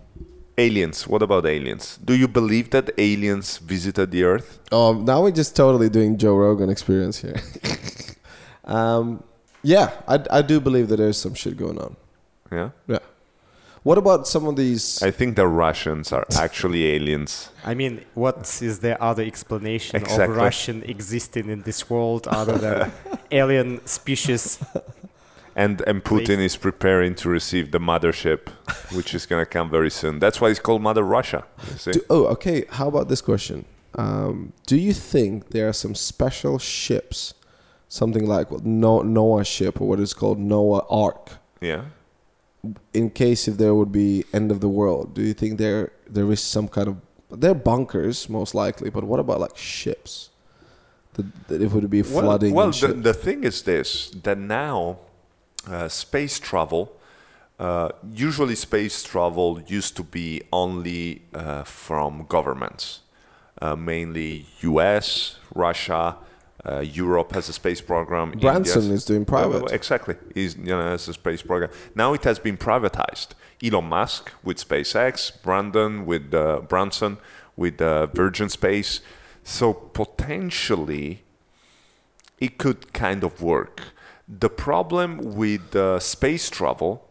Aliens. What about aliens? Do you believe that aliens visited the Earth? Oh, now we're just totally doing Joe Rogan experience here. *laughs* um, yeah, I, I do believe that there's some shit going on. Yeah. Yeah. What about some of these? I think the Russians are actually aliens. I mean, what is the other explanation Exactly. of Russian existing in this world other *laughs* than alien species? And, and Putin is preparing to receive the mothership, which is going to come very soon. That's why it's called Mother Russia. you see? do- oh, okay. How about this question? Um, do you think there are some special ships, something like what No- Noah ship or what is called Noah Ark, Yeah. in case if there would be end of the world? Do you think there there is some kind of they're bunkers most likely, but what about like ships? That, that it would be flooding. Well, and the, shit? the thing is this that now uh, space travel, uh, usually space travel used to be only uh, from governments, uh, mainly US, Russia, uh, Europe has a space program. Branson India's- is doing private. Exactly, is you know as a space program. Now it has been privatized. Elon Musk with SpaceX, Brandon with uh, Branson with uh, Virgin Space. So potentially, it could kind of work. The problem with uh, space travel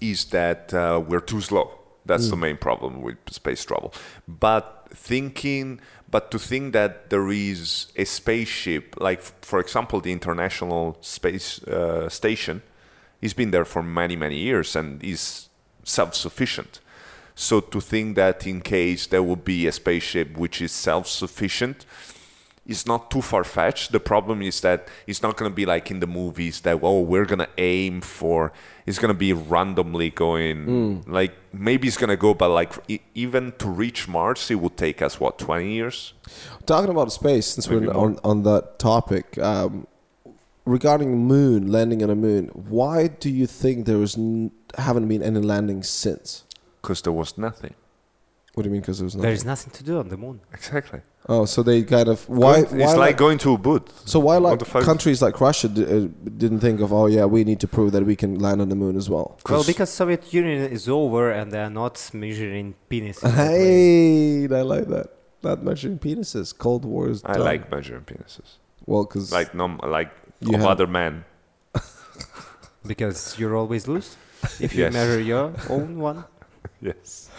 is that uh, we're too slow. That's the main problem with space travel. But thinking, but to think that there is a spaceship, like f- for example, the International Space uh, Station, has been there for many many years and is self-sufficient. So to think that in case there would be a spaceship which is self-sufficient, it's not too far fetched. The problem is that it's not going to be like in the movies that oh we're going to aim for. It's going to be randomly going like maybe it's going to go, but like e- even to reach Mars, it would take us what twenty years. Talking about space, since we're Maybe on, on that topic, um, regarding moon landing on the moon, why do you think there is n- haven't been any landings since? Because there was nothing. What do you mean? Because there was There nothing. is nothing to do on the moon. Exactly. Oh, so they kind of why? Going- why it's like, like, going to a booth. so why what like the fuck? countries like Russia d- uh, didn't think of oh yeah we need to prove that we can land on the moon as well. Well, because Soviet Union is over and they are not measuring penises. that way. *laughs* Hey, I like that. Not measuring penises. Cold War is I done. like measuring penises. well because Like no, like You of have- other men. Because you're always loose if you Yes. measure your own *laughs* one. Yes.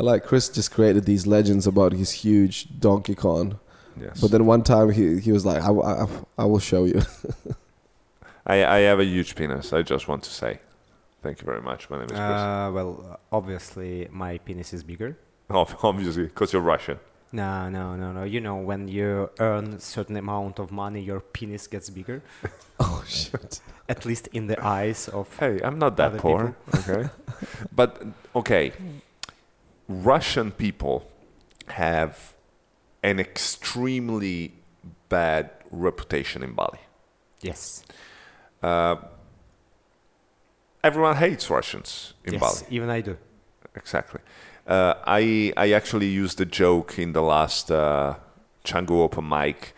I like Chris just created these legends about his huge Donkey Kong. Yes. But then one time he, he was like, I, I, I will show you. *laughs* I, I have a huge penis. I just want to say, thank you very much. My name is Chris. Uh, well, obviously, my penis is bigger. Ob- Obviously, because you're Russian. No, no, no, no. You know, when you earn certain amount of money, your penis gets bigger. oh, shit. At least in the eyes of. Hey, I'm not that Other poor. *laughs* Okay. but, okay, Russian people have an extremely bad reputation in Bali. Yes. Uh, everyone hates Russians in yes, Bali. even I do. Exactly. Uh, I I actually used the joke in the last uh, Canggu open mic,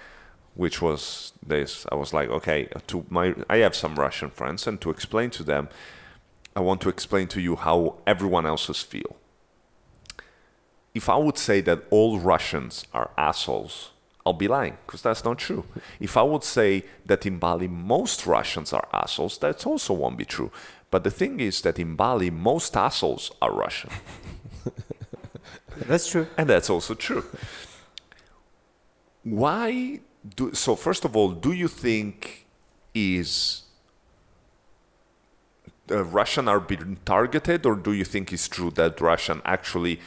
which was this. I was like, okay, uh, to my I have some Russian friends, and to explain to them, I want to explain to you how everyone else's feel. If I would say that all Russians are assholes, I'll be lying because that's not true. If I would say that in Bali most Russians are assholes, that also won't be true. But the thing is that in Bali most assholes are Russian. That's true. And that's also true. Why do so first of all, do you think is uh, Russian are being targeted or do you think it's true that Russian actually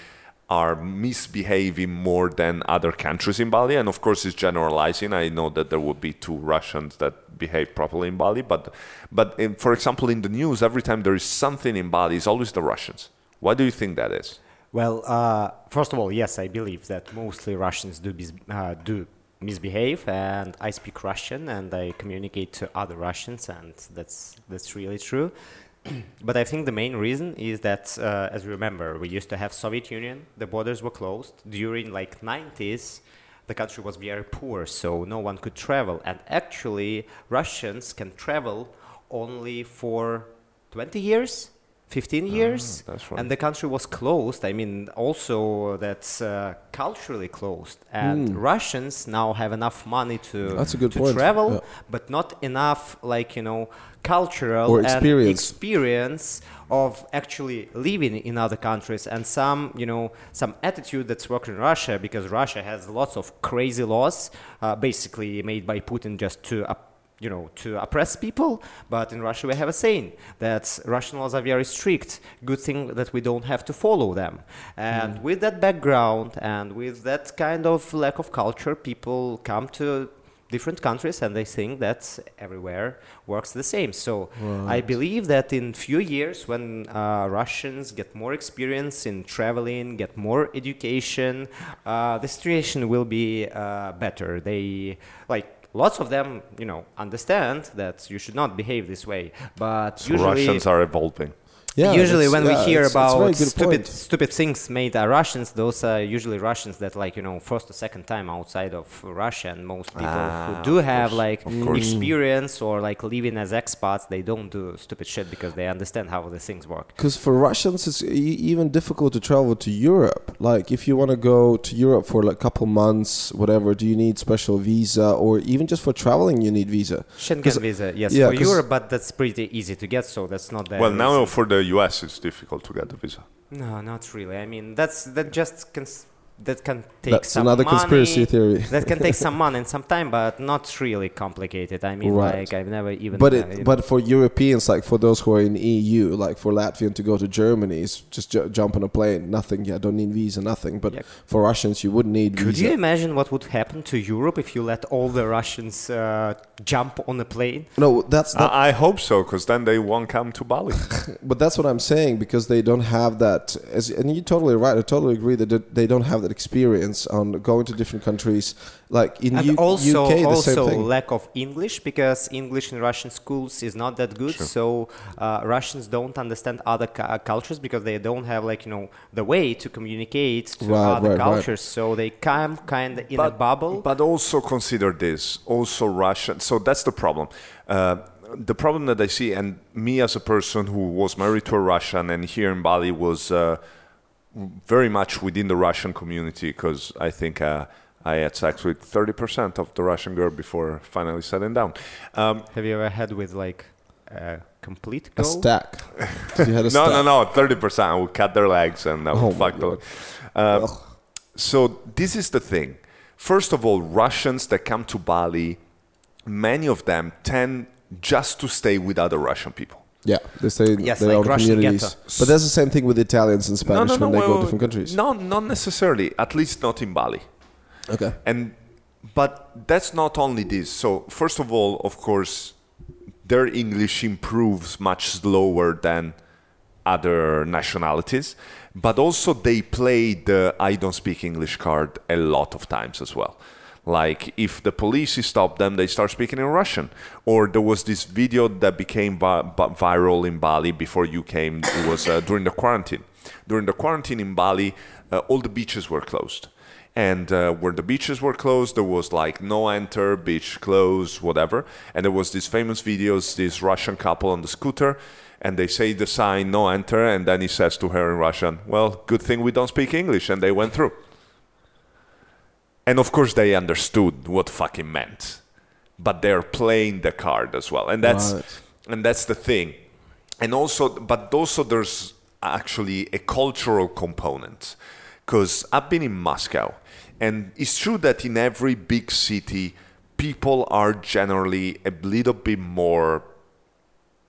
are misbehaving more than other countries in Bali and of course it's generalizing I know that there would be two Russians that behave properly in Bali but but in, for example in the news every time there is something in Bali it's always the Russians why do you think that is Well, uh, first of all, yes, I believe that mostly Russians do bis- uh, do misbehave, and I speak Russian and I communicate to other Russians, and that's that's really true. *clears throat* but I think the main reason is that, uh, as we remember, we used to have Soviet Union. The borders were closed during like 90s. The country was very poor, so no one could travel. And actually, Russians can travel only for 20 years, 15 years, Ah, that's right. and the country was closed. I mean, also that's uh, culturally closed. And Russians now have enough money to Hmm. That's a good to point. travel, Yeah. but not enough, like you know, cultural Or and experience. experience of actually living in other countries and some you know some attitude that's working in russia because russia has lots of crazy laws uh, basically made by putin just to up you know to oppress people but in russia we have a saying that russian laws are very strict good thing that we don't have to follow them and Hmm. with that background and with that kind of lack of culture people come to different countries and they think that everywhere works the same so i believe that in few years when uh, russians get more experience in traveling get more education uh, the situation will be uh, better they like lots of them you know understand that you should not behave this way but So usually Russians are evolving usually, that's- when we yeah, hear it's- it's a very about good stupid, point. stupid things made by Russians, those are usually Russians that, like, you know, first or second time outside of Russia. And most people Ah, who do of have, course, like, of course. experience or, like, living as expats, they don't do stupid shit because they understand how the things work. Because for Russians, it's e- even difficult to travel to Europe. Like, if you want to go to Europe for like a couple months, whatever, do you need special visa, or even just for traveling, you need visa? Schengen visa, yes, yeah, for 'cause- Europe, but that's pretty easy to get, so that's not that. Well, now for the US, it's difficult to get the visa. No, not really. I mean, that's that just can that can take That's some another money. conspiracy theory. that can *laughs* take some money and some time, but not really complicated. I mean, Right. like I've never even. But uh, it, but for Europeans, like for those who are in EU, like for Latvian to go to Germany, is just ju- jump on a plane, nothing. Yeah, don't need visa, nothing. But Yeah. for Russians, you would need Could visa. you imagine what would happen to Europe if you let all the Russians uh, jump on a plane? no, that's not, I, I hope so, because then they won't come to Bali. but that's what I'm saying because they don't have that. As, and you're totally right. I totally agree that th- they don't have that experience on going to different countries. Like in And U- also, UK, the also same thing. lack of English because English in Russian schools is not that good. So uh, Russians don't understand other cu- uh, cultures because they don't have like you know the way to communicate to Right, other right, right. cultures. So they come kind of *laughs* in a bubble. But also consider this. Also Russian. So that's the problem. Uh, the problem that I see, and me as a person who was married to a Russian and here in Bali was uh, very much within the Russian community, because I think uh, I had sex with 30% of the Russian girl before finally settling down. Um, have you ever had with like a complete a girl? stack. you had *laughs* a no, stack. no, no, 30%. I would cut their legs and I would Oh my fuck them. Uh, Ugh. So this is the thing. First of all, Russians that come to Bali, many of them tend just to stay with other Russian people. Yeah, they stay in Yes, their like own Russian communities. ghetto. But that's the same thing with Italians and Spanish when they go to different countries. No, not necessarily. At least not in Bali. Okay. And but that's not only this. So first of all, of course, their English improves much slower than other nationalities, but also they play the I don't speak English card a lot of times as well. Like if the police stop them, they start speaking in Russian. Or there was this video that became vi- vi- viral in Bali before you came. It was uh, during the quarantine. During the quarantine in Bali, uh, all the beaches were closed and uh, where the beaches were closed there was like no enter beach close whatever and there was this famous videos this russian couple on the scooter and they say the sign no enter and then he says to her in russian well good thing we don't speak english and they went through and of course they understood what fucking meant but they're playing the card as well and that's Right. and that's the thing and also but also there's actually a cultural component because i've been in moscow and it's true that in every big city people are generally a little bit more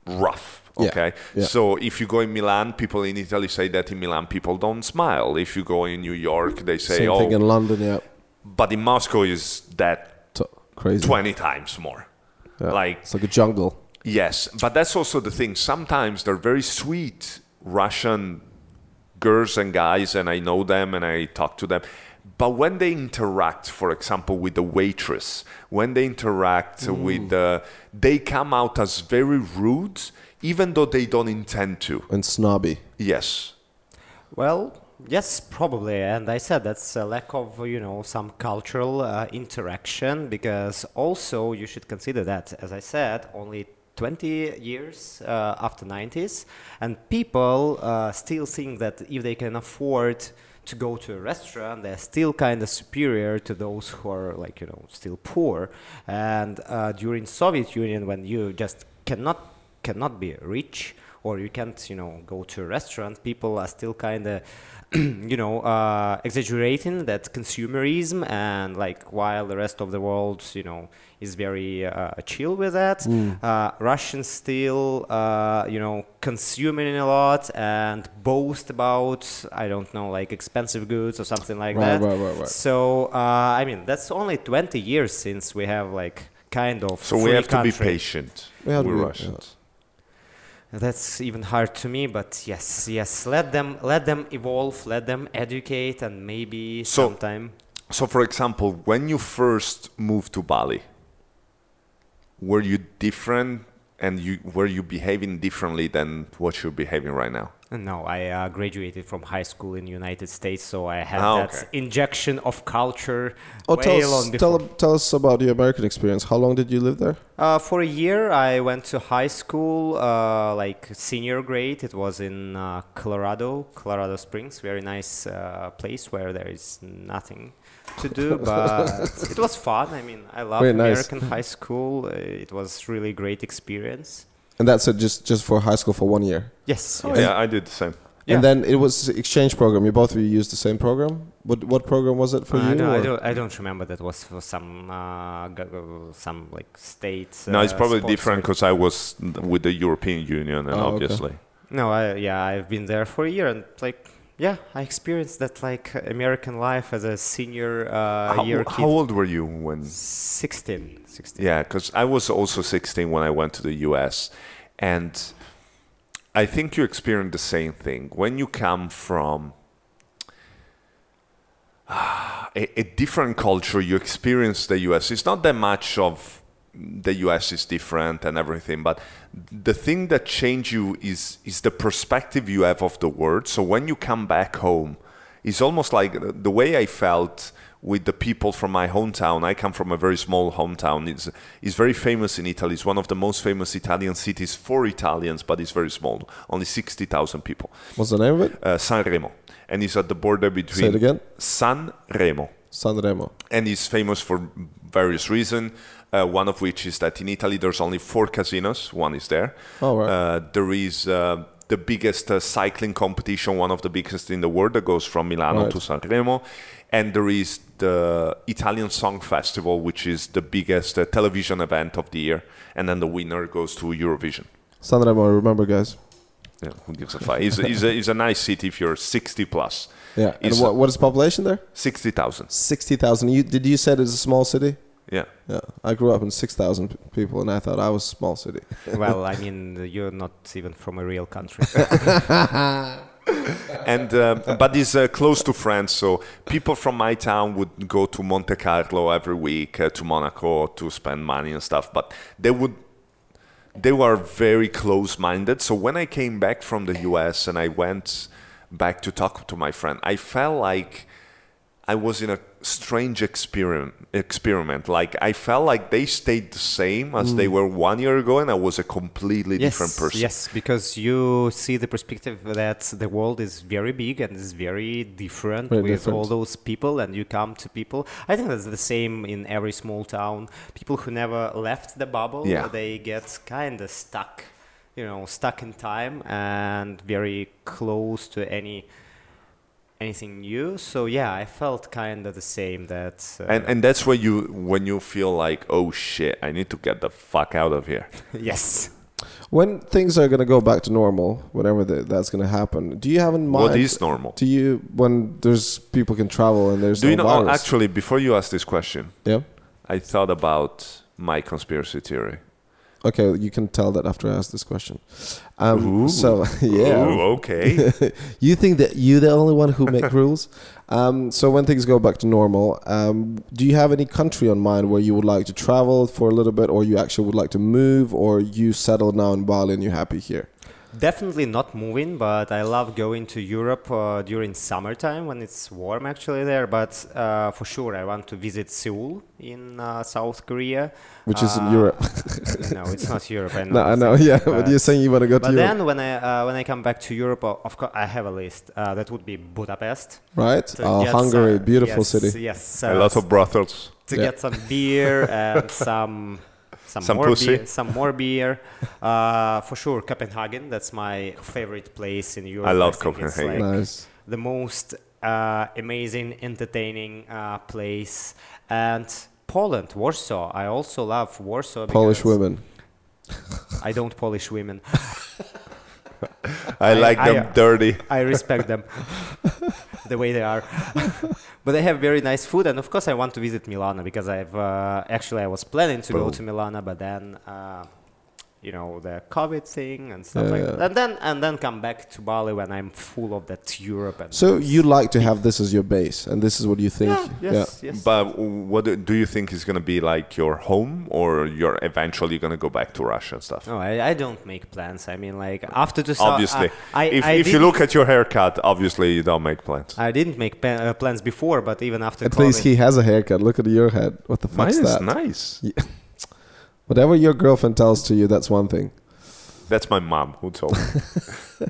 rough Yeah, okay yeah. so if you go in milan people in italy say that in milan people don't smile if you go in new york they say Same oh thing in London, yeah. but in Moscow is that T- crazy. 20 times more. Yeah. Like, it's like a jungle. yes, but that's also the thing. Sometimes they're very sweet Russian girls and guys, and I know them and I talk to them. But when they interact, for example, with the waitress, when they interact with the, they come out as very rude, even though they don't intend to. and snobby. Yes. Well, yes, probably. And I said that's a lack of, you know, some cultural uh, interaction because also you should consider that, as I said, only 20 years uh, after 90s and people uh, still think that if they can afford to go to a restaurant they're still kind of superior to those who are like you know still poor and uh, during soviet union when you just cannot cannot be rich or you can't you know go to a restaurant people are still kind of *clears throat* you know uh, exaggerating that consumerism and like while the rest of the world you know is very uh, chill with that Mm. uh, russians still uh, you know consuming a lot and boast about i don't know like expensive goods or something like Right, that right, right, right. so uh, i mean that's only 20 years since we have like kind of So we free have to be country. patient. We have to We're be- Russians. That's even hard to me, but yes, yes. Let them, let them evolve, let them educate, and maybe So- sometime. So, for example, when you first moved to Bali, were you different and you were you behaving differently than what you're behaving right now? No, I uh, graduated from high school in United States, so I had Ah, that okay. injection of culture Oh, way tell long us, before. tell, tell us about your American experience. How long did you live there? Uh, for a year, I went to high school, uh, like senior grade. It was in uh, Colorado, Colorado Springs. Very nice uh, place where there is nothing to *laughs* do, but it was fun. I mean, I love Very nice. American high school. Uh, it was really great experience. And that's it, just just for high school for one year. Yes. Oh, yes. yeah, I did the same. Yeah. And then it was exchange program. You both of you used the same program. What what program was it for Uh, I you? don't, I or- don't. I don't remember. That was for some, uh, g- g- some like states. no, it's uh, probably sponsored. different because I was with the European Union, and Oh, okay. obviously, No, I, yeah, I've been there for a year, and like, yeah, I experienced that like American life as a senior uh, how, year how kid. old were you when? 16, 16. Yeah, because I was also 16 when I went to the US. And I think you experience the same thing. When you come from ah, a, a different culture, you experience the US. It's not that much of the US is different and everything, but the thing that change you is is the perspective you have of the world. So when you come back home, it's almost like the- the way I felt with the people from my hometown. I come from a very small hometown. It's, it's very famous in Italy. It's one of the most famous Italian cities for Italians, but it's very small, only 60,000 people. What's the name of it? Uh, Sanremo. And it's at the border between Say it again. Sanremo Sanremo. and is famous for various reasons. Uh, one of which is that in Italy there's only four casinos. One is there. Oh, right. Uh, there is uh, the biggest uh, cycling competition, one of the biggest in the world, that goes from Milano Right. to Sanremo, and there is the Italian Song Festival, which is the biggest uh, television event of the year, and then the winner goes to Eurovision. Sanremo. Remember, guys. Yeah, who gives a fuck? It's, it's, a, it's a nice city if you're 60 plus. Yeah. And It's- what, what is population there? 60,000. Sixty thousand. You did you said it's a small city? Yeah. Yeah. I grew up in six thousand people, and I thought I was a small city. *laughs* Well, I mean, you're not even from a real country. and uh, but it's uh, close to France, so people from my town would go to Monte Carlo every week, uh, to Monaco to spend money and stuff. But they would, they were very close-minded. So when I came back from the U.S. and I went back to talk to my friend, I felt like I was in a strange experiment. Experiment, like I felt like they stayed the same as they were one year ago, and I was a completely different person. Yes, because you see the perspective that the world is very big and is very different Very with different. all those people, and you come to people. I think that's the same in every small town. People who never left the bubble, Yeah. they get kind of stuck, you know, stuck in time and very close to any anything new. So yeah, I felt kind of the same. That uh, and and that's when you when you feel like oh shit i need to get the fuck out of here *laughs* yes. When things are going to go back to normal, whenever the, that's going to happen, do you have in mind? what is normal do you when there's people can travel and there's do no you know oh, virus? actually before you ask this question yeah. i thought about my conspiracy theory Okay, you can tell that after I ask this question. Um, Ooh. so *laughs* yeah, Ooh, *laughs* okay you think that you're the only one who *laughs* make rules. Um, so when things go back to normal, um, do you have any country on mind where you would like to travel for a little bit, or you actually would like to move, or you settle now in Bali and you're happy here? Definitely not moving, but I love going to Europe uh, during summertime when it's warm actually there. But uh, for sure, I want to visit Seoul in uh, South Korea, Which is in Uh, Europe. *laughs* no, it's not Europe. I *laughs* know. no, I it's know. not, Yeah, but you're saying you want to go to but Europe, then when I uh, when I come back to Europe, uh, of course I have a list. Uh, that would be Budapest. right? to Oh, get Hungary, some- beautiful yes, city. Yes, a uh, lot of brothels to Yeah. get some *laughs* beer and some some, Some more pussy. beer, some more beer. Uh, for sure, Copenhagen. That's my favorite place in Europe. love think it's Copenhagen. like nice. the most uh, amazing, entertaining uh, place, and Poland, Warsaw. I also love Warsaw. Polish because women. I don't Polish women. i I- like them I- uh, dirty I respect them *laughs* the way they are. but they have very nice food, and of course, I want to visit Milano because I've uh, actually I was planning to go Boom. to Milano, but then uh, you know the COVID thing and stuff like Yeah. that, and then and then come back to Bali when I'm full of that Europe and So you like to have this as your base, and this is what you think. yeah, yes, yes. but what do- do you think is going to be like your home or you're eventually going to go back to russia and stuff No, I, I don't make plans. I mean, like after the sou- obviously I, I, if, I if you didn't- look at your haircut obviously you don't make plans I didn't make pa- uh, plans before, but even after At least COVID- he has a haircut. Look at your head. What the mine fuck's is that? nice Whatever your girlfriend tells to you, that's one thing. That's my mom who told *laughs* me,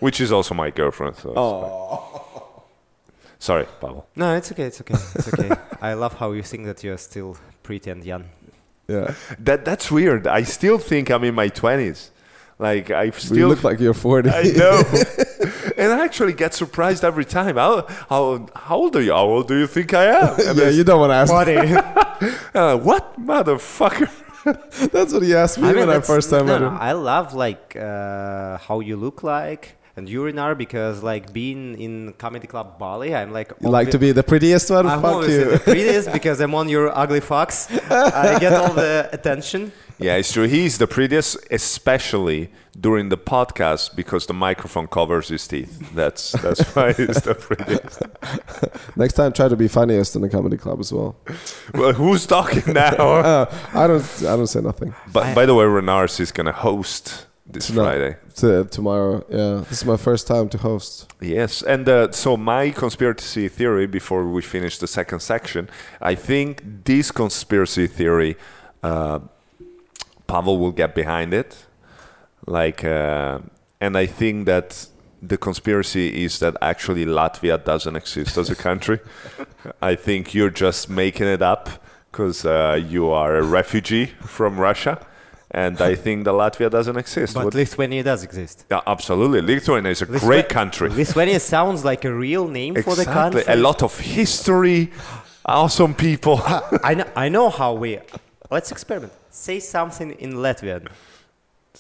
which is also my girlfriend. So it's Oh. fine. Sorry, Pavel. No, it's okay. It's okay. It's *laughs* okay. I love how you think that you're still pretty and young. Yeah. That that's weird. I still think I'm in my twenties. Like I you still. look like you're 40. I *laughs* know, and I actually get surprised every time. How how how old are you? How old do you think I *laughs* am? And *laughs* yeah, you don't want to ask. *laughs* *laughs* I'm like, what motherfucker? That's what he asked me when I that's- first time no, met no, him. I love like uh, how you look like and urinar because like being in comedy club Bali, I'm like You like to be the prettiest one? I'm Fuck always you. the prettiest because I'm on your ugly fox. I get all *laughs* the attention. Yeah, it's true. He's the prettiest, especially during the podcast because the microphone covers his teeth. That's that's why he's the *laughs* prettiest. Next time, try to be funniest in the comedy club as well. Well, who's talking now? Uh, I don't. I don't say nothing. But I- by the way, Renars is gonna host this Tonight. Friday. To, tomorrow, yeah. This is my first time to host. Yes, and uh, so my conspiracy theory. Before we finish the second section, I think this conspiracy theory, uh, Pavel will get behind it. Like, uh, and I think that the conspiracy is that actually Latvia doesn't exist as a *laughs* country. I think you're just making it up because uh, you are a refugee from Russia, and I think that Latvia doesn't exist. But What- Lithuania does exist. Yeah, absolutely. Lithuania is a Lithu- great country. Lithuania sounds like a real name for the country. A lot of history, awesome *laughs* people. *laughs* I know, I know how we. Let's experiment. Say something in Latvian.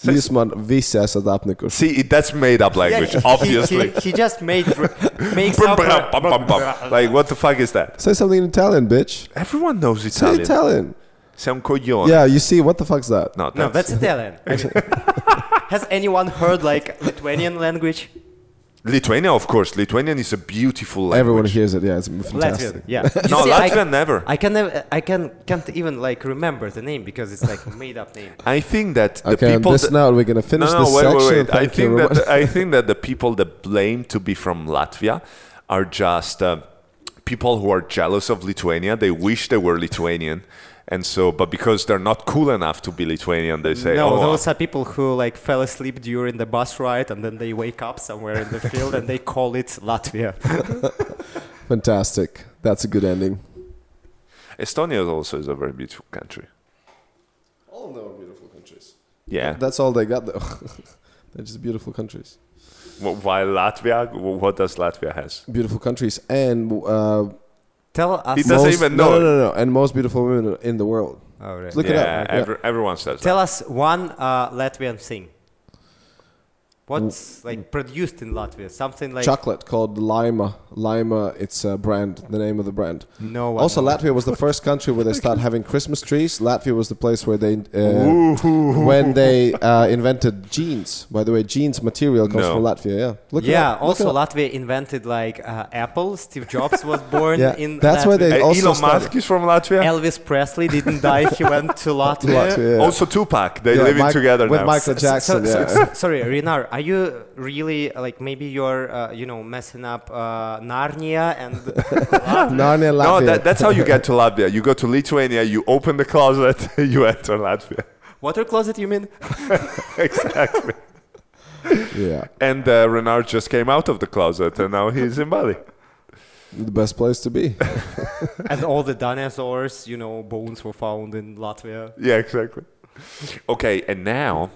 This man, visi esat apnikuši. See, it- that's made up language, he- he- *laughs* obviously. He, he just made *laughs* makes Brum, up. brum, bum, bum, bum. Like, what the fuck is that? Say something in Italian, bitch. Everyone knows Say Italian. Italian. Sei un coglione. Yeah, you see, what the fuck's that? No, that's, No, that's Italian. I mean, has anyone heard like Lithuanian language? Lithuania, of course. Lithuanian is a beautiful language. Everyone hears it. Yeah, it's Latvian, fantastic. yeah. No, You see, I- Latvian never. I can never, I can can't even like remember the name because it's like made up name. I think that the okay, on people. this that- note, we're going to finish no, no, this wait, section. wait, wait. I Thank you think very much. that I think that the people that blame to be from Latvia are just uh, people who are jealous of Lithuania. They wish they were Lithuanian, and so, but because they're not cool enough to be Lithuanian, they say, no, "Oh, those are people who like fell asleep during the bus ride and then they wake up somewhere in the field and they call it Latvia. fantastic. That's a good ending. Estonia also is a very beautiful country." All of them are beautiful countries. Yeah. That's all they got, though. *laughs* They're just beautiful countries. Wh- While Latvia, wh- what does Latvia has? Beautiful countries. And uh, Tell us. It doesn't most- even No, know. no, no, no. And most beautiful women in the world. Oh, right. Look yeah, it up. Yeah. every- everyone says Tell us one uh, Latvian thing. What's like produced in Latvia? Something like Chocolate called Lima. Lima, it's a brand, the name of the brand. no one. Also, knows. Latvia was the first country where they *laughs* start having Christmas trees. Latvia was the place where they, uh, that. when they uh, invented jeans. By the way, jeans material comes No. from Latvia. Yeah, look. it yeah. up, look also, it up. Latvia invented like uh, Apple. Steve *laughs* Jobs was born Yeah, in. that's why Latvia. they- Uh, also Elon started- Musk is from Latvia. Elvis Presley didn't die. He went *laughs* to Latvia. Latvia, yeah. Also Tupac. They're Yeah, living Mike- together with now. Michael Jackson. so, so- yeah. so- sorry, Renar, are you really like maybe you're uh, you know messing up uh, Narnia and *laughs* Narnia, No, Latvia. that, that's how you get to Latvia. You go to Lithuania, you open the closet, *laughs* you enter Latvia. water closet? You *laughs* mean? exactly. yeah, And uh, Renard just came out of the closet and now he's in Bali. the best place to *laughs* be. and all the dinosaurs, you know, bones were found in Latvia. *laughs* Yeah, exactly. Okay, and now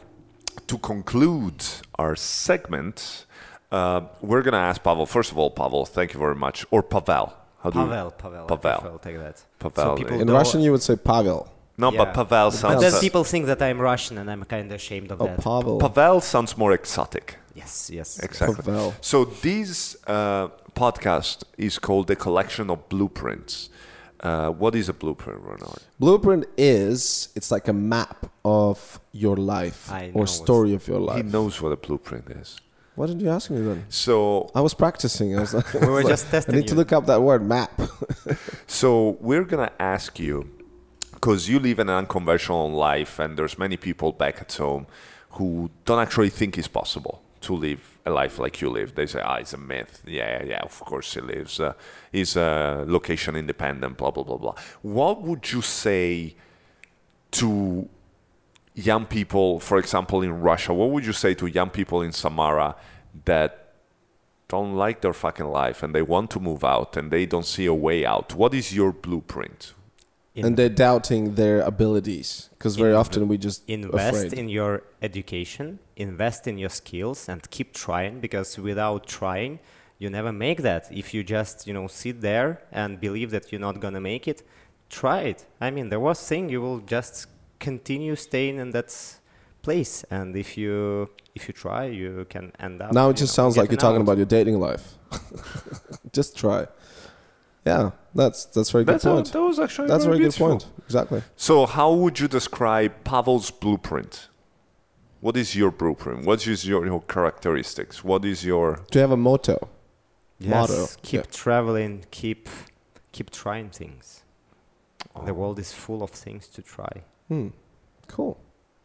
to conclude our segment, uh, we're going to ask Pavel. First of all, Pavel, thank you very much. Or Pavel. How do you- Pavel, Pavel, I Pavel. prefer, take that. Pavel, So people yeah. In know- Russian, you would say Pavel. No, yeah. but Pavel But sounds. uh, then people think that I'm Russian, and I'm kind of ashamed of Oh, that. Pavel. Pavel sounds more exotic. yes, yes. Exactly. Pavel. So this uh, podcast is called "The Collection of Blueprints." Uh, what is a blueprint, Renard? Blueprint is it's like a map of your life I know or story of your He life. knows what a blueprint is. Why didn't you ask me then? So, I was practicing. *laughs* I was like, We were just I testing need to you. look up that word map. *laughs* so we're gonna ask you because you live an unconventional life, and there's many people back at home who don't actually think it's possible to live a life like you live. They say, "Ah, it's a myth." Yeah, yeah, of course he lives. Uh, he's uh, location independent. Blah blah blah blah. What would you say to young people, for example, in Russia? What would you say to young people in Samara that don't like their fucking life and they want to move out and they don't see a way out? What is your blueprint? In- and they're doubting their abilities because very often we just invest afraid. in your education invest in your skills and keep trying because without trying you never make that if you just you know sit there and believe that you're not gonna make it try it i mean the worst thing you will just continue staying in that s- place and if you if you try you can end up now you it just know, sounds like you're getting talking out. about your dating life. *laughs* just try. Yeah, that's that's very good That's a- point. that was actually that's a very, very good beautiful. point. Exactly. So, how would you describe Pavel's blueprint? What is your blueprint? What is your, your characteristics? What is your Do you have a motto? yes, Motto. keep traveling keep keep trying things the Oh. world is full of things to try Hmm. Cool.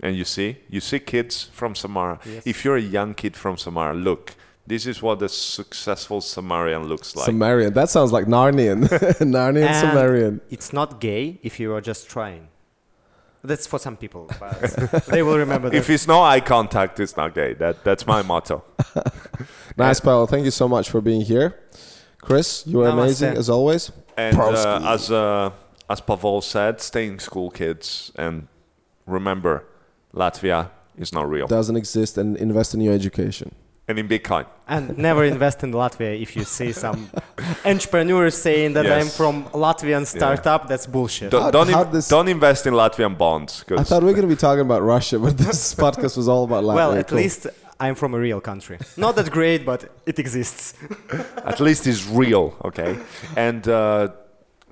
And you see, you see kids from Samara. Yes. If you're a young kid from Samara, look, this is what a successful Samarian looks like. Sumerian. That sounds like Narnian. *laughs* Narnian And Sumerian. It's not gay if you are just trying. That's for some people, but *laughs* they will remember that. if it's no eye contact, it's not gay. That that's my *laughs* motto. Nice, Pavel. Thank you so much for being here. Chris, you are Namaste. amazing as always. And uh, Prosky. as uh, as Pavel said, stay in school, kids, and remember, Latvia is not real. Doesn't exist and invest in your education. and in Bitcoin, and never invest in Latvia if you see *laughs* some entrepreneurs saying that I'm Yes. from Latvian startup. That's bullshit. don't How- don't, in- how this- don't invest in Latvian bonds. 'cause- I thought we were going to be talking about Russia, but this *laughs* podcast was all about Latvia. well, at Cool. least I'm from a real country. Not that great, but it exists. At least it's real, *laughs* okay? And uh,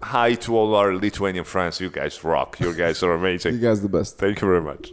hi to all our Lithuanian friends. You guys rock. You guys are you amazing. *laughs* guys the best. Thank you very much.